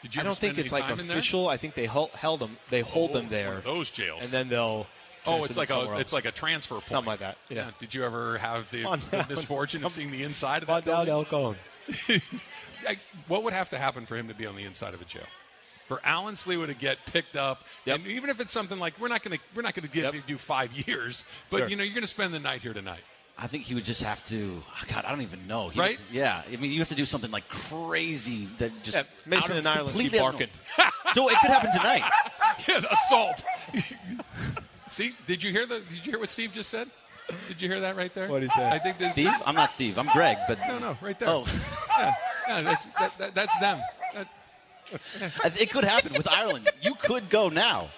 Did you
I
ever
don't think
spend
it's
any
like
time in there?
official. I think they held, held them. They hold
Oh,
them
it's one
there.
of those jails.
And then they'll.
Oh,
transfer
it's
them
like a
somewhere
it's
else.
like a transfer point.
Something like that, yeah.
Did you ever have the,
On
the
down.
misfortune of seeing the inside of
Come on
that
down
building?
El Cajon.
I- what would have to happen for him to be on the inside of a jail? For Alan Slewa to get picked up,
Yep.
and even if it's something like we're not going to we're not going to give
Yep.
you do five years, but
Sure.
you know you're going to spend the night here tonight.
I think he would just have to. oh, God, I don't even know. He
Right?
would- yeah. I mean, you have to do something like crazy that just
Yeah,
out
Mason
of
and Ireland keep
completely out of- so it could happen tonight.
Yeah, the assault. See, did you hear the? Did you hear what Steve just said? Did you hear that right there?
What'd he say?
I think this.
Steve, I'm not Steve. I'm Greg. But
No, no, right there.
Oh,
Yeah, yeah, that's, that, that, that's them. That-
I think it could happen with Ireland. You could go now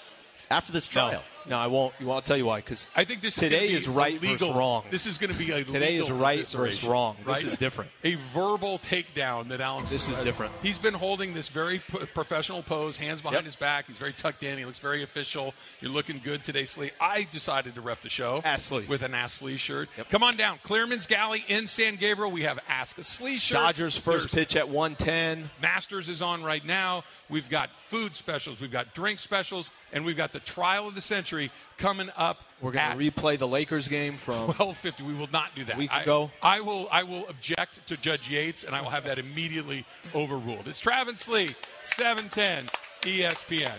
after this trial.
No, no, I won't. Well, I'll tell you why. Because
I think this is gonna
today
be
is right
a legal,
versus wrong.
This is going to be a
Today is
legal
right
evisceration,
versus wrong. This
right?
is different.
A verbal takedown that Alan.
This is different.
He's been holding this very p- professional pose, hands behind
Yep.
his back. He's very tucked in. He looks very official. You're looking good today, Slee. I decided to rep the show
Ask Slee.
with an Ask Slee shirt. Come on down, Clearman's Galley in San Gabriel. We have Ask a Slee shirt.
Dodgers first
There's
pitch at 110.
Masters is on right now. We've got food specials, we've got drink specials, and we've got the trial of the century coming up.
We're going
at
to replay the Lakers game from.
1250. We will not do that.
Week
I-
ago?
I, will I will object to Judge Yates, and I will have that immediately overruled. It's Travis Lee, E 710 ESPN.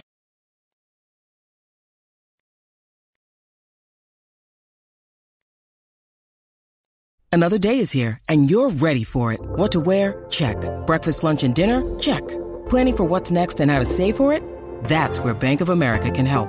Another day is here, and you're ready for it. What to wear? Check. Breakfast, lunch, and dinner? Check. Planning for what's next and how to save for it? That's where Bank of America can help.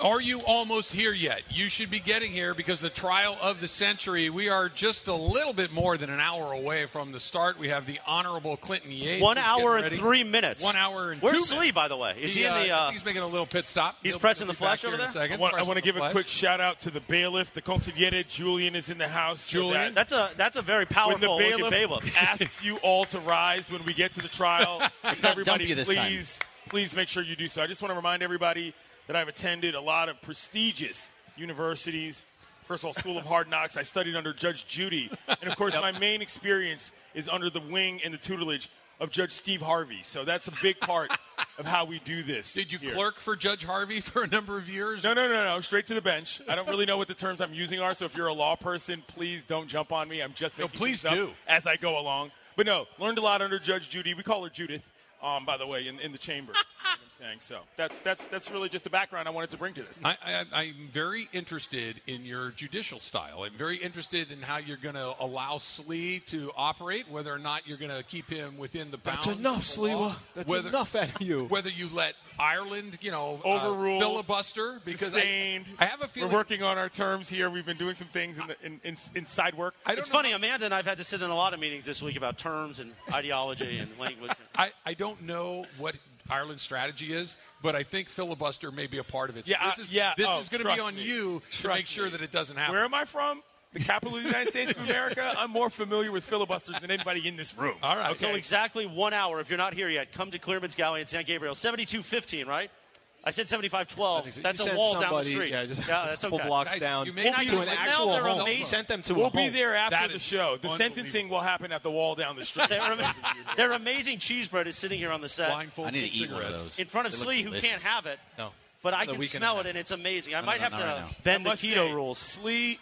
Are you almost here yet? You should be getting here because the trial of the century. We are just a little bit more than an hour away from the start. We have the Honorable Clinton Yates.
One
who's
hour
getting
and
ready.
three minutes.
One hour and two
Where's Slee,
minutes.
by the way? Is he, in
uh,
the?
I
Uh,
think he's making a little pit stop.
he's
He'll-
pressing
he'll
the
be back
flash
here
over
in a
there?
second.
I want, I
Pressing
want to
the
give a
flash.
quick shout out to the bailiff, the consigliere Julian is in the house. so
Julian?
that
that's a that's a very
when the
powerful looking
bailiff,
bailiff.
asks you all to rise when we get to the trial,
Let's not
everybody,
dump you this time.
please, please make sure you do so. I just want to remind everybody that I've attended a lot of prestigious universities. First of all, School of Hard Knocks. I studied under Judge Judy, and of course, my main experience is under the wing and the tutelage of Judge Steve Harvey. So that's a big part of how we do this.
Did you
here.
clerk for Judge Harvey for a number of years?
No, no, no, no. Straight to the bench. I don't really know what the terms I'm using are, so if you're a law person, please don't jump on me. I'm just
No,
making
please
things up
do.
as I go along. But no, learned a lot under Judge Judy. We call her Judith, um, by the way, in, in the chamber. you know what I'm saying so. That's that's that's really just the background I wanted to bring to this.
I, uh, I, I'm very interested in your judicial style. I'm very interested in how you're going to allow Slee to operate, whether or not you're going to keep him within the bounds.
That's enough,
of the law,
Sliwa. That's enough out of you.
Whether you let Ireland, you know, uh,
Overruled,
filibuster because I,
sustained.
I have a feeling
we're working on our terms here. We've been doing some things in, the, in, in, in side work.
I don't
It's
know
funny, Amanda and I've had to sit in a lot of meetings this week about terms and ideology and language.
I, I don't know what Ireland's strategy is, but I think filibuster may be a part of it. So
Yeah,
this
I-
is
yeah,
this
oh,
is going to be
trust
on
me.
you to
Trust
make sure
me.
that it doesn't happen.
Where am I from? the capital of the United States of America, I'm more familiar with filibusters than anybody in this room.
All right.
Okay.
So exactly one hour. If you're not here yet, come to Clearman's Galley in San Gabriel. 7215, right? I said 7512. That's
You
a
sent
wall down the
somebody-
street.
Yeah, just
that's
a couple
okay.
blocks
Guys,
down.
you may We'll not be
to
able
an
to- now
actual
they're
home.
amazing.
Sent them to a
We'll
home.
be there after
That
the
is
show. The sentencing will happen at the wall down the street.
Their, ama- their amazing cheese bread is sitting here on the set
Blindfold
I need to eat one
cigarettes.
of those.
in front of
They look
Slee, who
delicious.
can't have it.
No.
But I
The
can
weekend
smell
I
it,
have.
and it's amazing. I
no,
might
no,
have
not
to
right now.
bend the
must
keto
say,
rules.
Slee,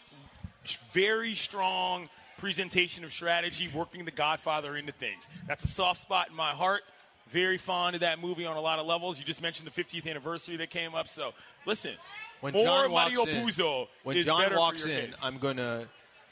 very strong presentation of strategy, working the Godfather into things. That's a soft spot in my heart. Very fond of that movie on a lot of levels. You just mentioned the 50th anniversary that came up. So, listen,
When
more
John
Mario
walks in,
Puzo
when
is
John
better
walks
for your
in, I'm gonna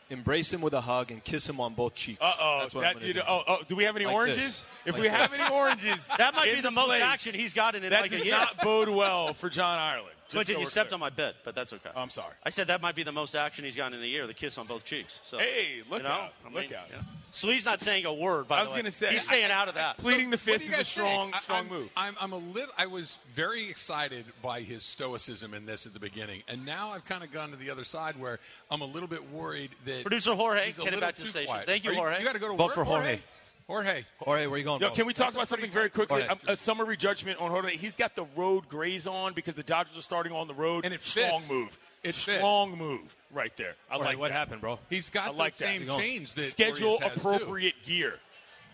embrace him with a hug and kiss him on both cheeks.
Uh oh,
That's what I'm gonna
you
do.
know, oh, oh, do we have any
Like
oranges?
this.
If
Like
we
this.
have any oranges,
That might
in
be the most
place,
action he's gotten in
That
like a
does
year.
not bode well for John Ireland. just
but
so
you
we're
stepped
clear.
on my bit, but that's okay.
I'm sorry.
I said that might be the most action he's gotten in a year, the kiss on both cheeks. So,
Hey, look
you know,
out,
I
look
mean,
out.
you know. Slee's not saying a word, by
I
the
was
way.
gonna say,
He's staying
I-
out of that.
Pleading the
What
fifth
do you
is a
guys
strong,
think? I-
strong
I'm-
move.
I'm, I'm a little. I was very excited by his stoicism in this at the beginning, and now I've kind of gone to the other side where I'm a little bit worried that
Producer Jorge,
he's a
get it
little
back to
too
the station.
quiet.
Thank you,
Are
Jorge.
You, got to go to
Vote
work,
for Jorge.
Jorge.
Jorge, where you going?
Yo,
bro?
can we talk about something very quickly? Um, uh,
Go ahead.
A, a summary judgment on Jorge. He's got the road grays on because the Dodgers are starting on the road.
And it
strong
fits.
move.
It fits.
strong move right there. I
Jorge,
like
what
that.
happened, bro?
He's
I
got the
like that.
same
going?
change that
Schedule
Urias has, too.
appropriate gear.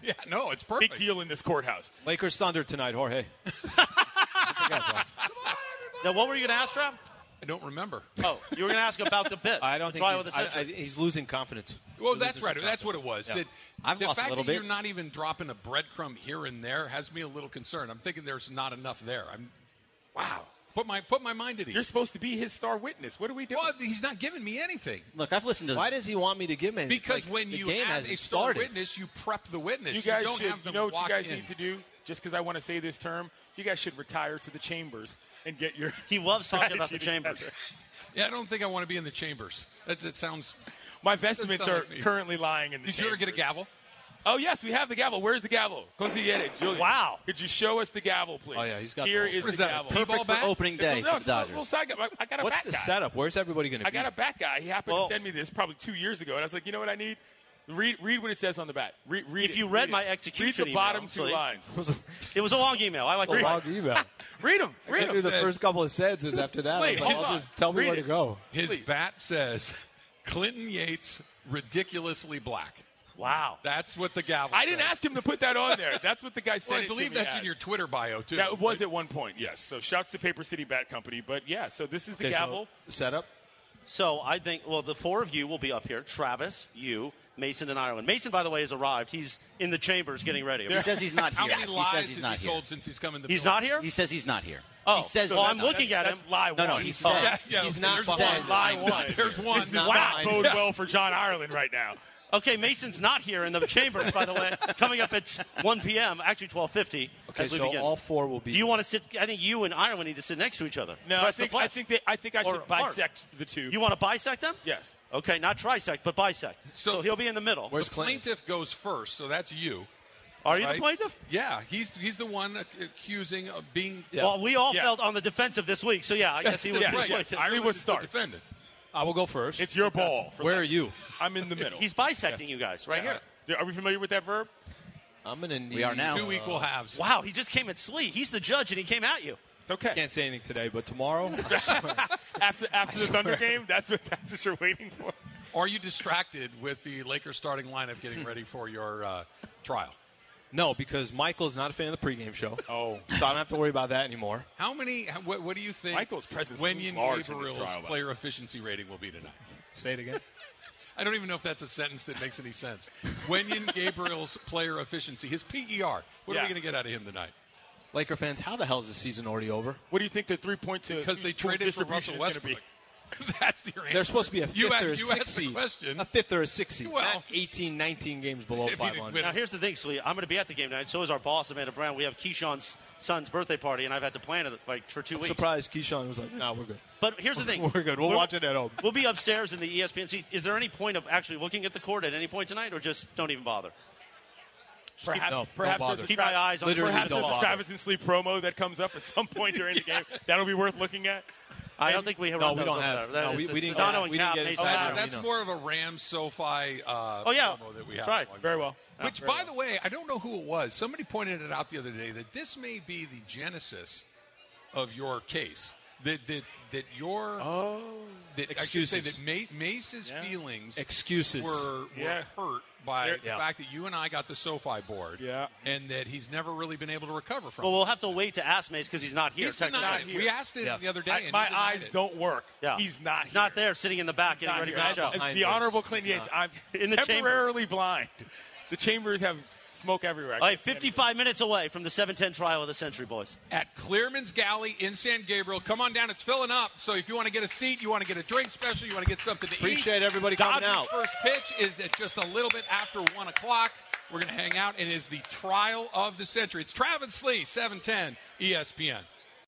Yeah, no, it's
Big
perfect.
deal in this courthouse.
Lakers Thunder tonight, Jorge.
Now, what were you going to ask, Rob?
I don't remember.
Oh, you were going to ask about the bit.
I don't
That's why I
think he's,
was
I, I, he's losing confidence.
Well,
He
that's
loses
right.
some
That's what it
confidence.
was.
Yeah.
That
I've
the
lost a
fact
little
that
bit.
you're not even dropping a breadcrumb here and there has me a little concerned. I'm thinking there's not enough there. I'm wow. Put my put my mind at ease.
You're supposed to be his star witness. What are we doing?
well, he's not giving me anything
Look, I've listened to.
Why does he want me to give him?
because
like,
when
the
you
game
have
hasn't
a star
started.
witness, you prep the witness.
you guys
don't
should.
have
you
them
know what you
walk
guys
in.
need to do? Just because I want to say this term, you guys should retire to the chambers and get your.
He loves talking about the
strategy
chambers.
together.
Yeah, I don't think I want to be in the chambers. That, that sounds.
My vestments
sound
are
like me.
currently lying in the
Did you ever get a
chambers.
gavel?
Oh yes, we have the gavel. Where's the gavel? Go see it, Julian.
Wow.
Could you show us the gavel, please?
Oh, yeah, he's got
Here
the whole-
is
What is
the
that, a
gavel.
T-ball
perfect
bat?
for opening
It's a-
day
no,
for the
it's a little-
Dodgers?
little side guy. I got a
What's
bat
the
guy.
setup? Where's everybody going to be?
I got a bat guy. He happened
Well-
to send me this probably two years ago, and I was like, you know what I need? Read, read what it says on the bat. Read, read
If
it,
you read
it.
my execution
read the
email,
bottom two
Slade.
lines.
It was a long email. I like to read.
email.
Read them. Read them.
the first couple of sentences after that.
I was Slate, like, hold I'll on. just- tell me Read where to it.
go.
His bat says, "Clinton Yates, ridiculously black."
Wow.
That's what the gavel.
I didn't
says.
ask him to put that on there. That's what the guy said.
Well, I
it to
believe
me
that's
as.
in your Twitter bio too.
That was at one point, yes. So shouts to Paper City Bat Company. But yeah, so this is the gavel.
setup.
So I think, well, the four of you will be up here Travis, you, Mason, and Ireland. Mason, by the way, has arrived. He's in the chambers getting ready.
he says he's not
How
here.
many
he says
lies
he's
has
not
he
here.
told since he's come in the
He's
building?
not here?
He says he's not here.
Oh,
he says.
so I'm
that's-
looking at him.
That's lie
No, no,
one.
he
Oh,
said.
Yeah, yeah.
He's not
There's
said-
one lie
He's
one.
not here.
There's one.
This does
not
not
mine.
bode well for John Ireland right now.
Okay, Mason's not here in the chambers, by the way. Coming up at 1 p.m., actually 12:50.
Okay,
as we
so
begin.
all four will be.
Do you want to sit? I think you and Ireland need to sit next to each other.
No, I
Press the
think,
flesh.
I think that I think I
Or
should bisect the two.
you want to bisect them.
yes.
Okay, not trisect, but bisect. So,
So-
he'll be in the middle.
Where's
the
Clinton?
plaintiff goes first, so that's you.
Are you
right?
the plaintiff?
Yeah, he's he's the one ac- accusing of being.
Well, we all
Yeah.
felt on the defensive this week, so yeah, I guess he would
Yeah,
be
right.
the plaintiff.
Ireland
was
is the
starts.
defendant.
I will go first.
It's your ball. for
Where
that.
are you?
I'm in the middle.
He's bisecting you guys right here.
Yeah. Are we familiar with that verb?
I'm gonna need.
We are now.
Two equal halves.
Wow, he just came at Slee. He's the judge, and he came at you.
It's okay.
Can't say anything today, but tomorrow.
After after the Thunder game, that's what that's what you're waiting for.
Are you distracted with the Lakers starting lineup getting ready for your uh, trial?
no, because Michael's not a fan of the pregame show,
Oh.
so I don't have to worry about that anymore.
How many? how- What, what do you think?
Michael's presence
Wenyan
looms large in this
Gabriel's
trial, by the way.
player efficiency rating will be tonight.
Say it again.
I don't even know if that's a sentence that makes any sense. Wenyan Gabriel's player efficiency, his PER. What are
Yeah.
we going to get out of him tonight?
Laker fans, how the hell is the season already over?
What do you think the three point to
Because they
each point
traded for
distribution
Russell
is going
Westbrook.
to be?
That's your answer.
They're supposed to be a fifth
you asked-
or
you
a sixth
asked the
seed.
question.
A fifth or a sixth seed.
Well-
not 18, 19 games below
If you
500.
win-
Now, here's the thing, Slee. I'm going to be at the game tonight. So is our boss, Amanda Brown. We have Keyshawn's son's birthday party, and I've had to plan it like for 2 weeks.
Surprised Keyshawn was like, "Nah, we're good."
But here's the thing:
We're good. We'll watch it at home.
We'll be upstairs in the E ESPN seat. Is there any point of actually looking at the court at any point tonight, or just don't even bother?
Perhaps,
no, don't
perhaps
bother.
there's a
Keep
Tra-
my eyes on
Literally
the
Perhaps
court.
don't
there's a
bother.
Travis and Sleep promo that comes up at some point during the game. That'll be worth looking at.
I don't think we have.
No,
run
we
those
don't
over
have.
there.
No,
That-
we,
it's-
we
it's
didn't.
Dono
get-
and
we didn't
Cal,
get it.
Mason
Oh,
and
that's,
Ireland.
that's more of a Ram SoFi. Uh,
Oh, yeah.
promo that we
That's
have
right.
going
Very
on.
well.
Which, by the way, I don't know who it was. Somebody pointed it out the other day that this may be the genesis of your case. That that that your oh that I should
Excuses.
say that Ma- Mace's feelings
Excuses.
were, were
Yeah.
hurt by
There-
the
yeah.
fact that you and I got the SoFi board.
Yeah.
and that he's never really been able to recover from.
Well,
it.
we'll have to wait to ask Mace because he's not here.
he's
technically.
denied. it. We asked it
Yeah.
the other day. and
I,
he
my
denied
eyes
it.
don't work.
Yeah.
He's not.
He's not there, sitting in the back, getting
not
ready for
here.
the show.
As
behind
the
us.
honorable Clinton, yes, I'm
In the
temporarily blind. The chambers have smoke everywhere. I
All right,
can't stand it.
55 minutes away from the 710 trial of the Century Boys.
at Clearman's Galley in San Gabriel. Come on down; it's filling up. So if you want to get a seat, you want to get a drink special, you want to get something to eat.
Appreciate everybody coming
Dodgers
out.
First pitch is at just a little bit after one o'clock. E We're going to hang out. It is the trial of the century. It's Travis Slee, seven ten ESPN.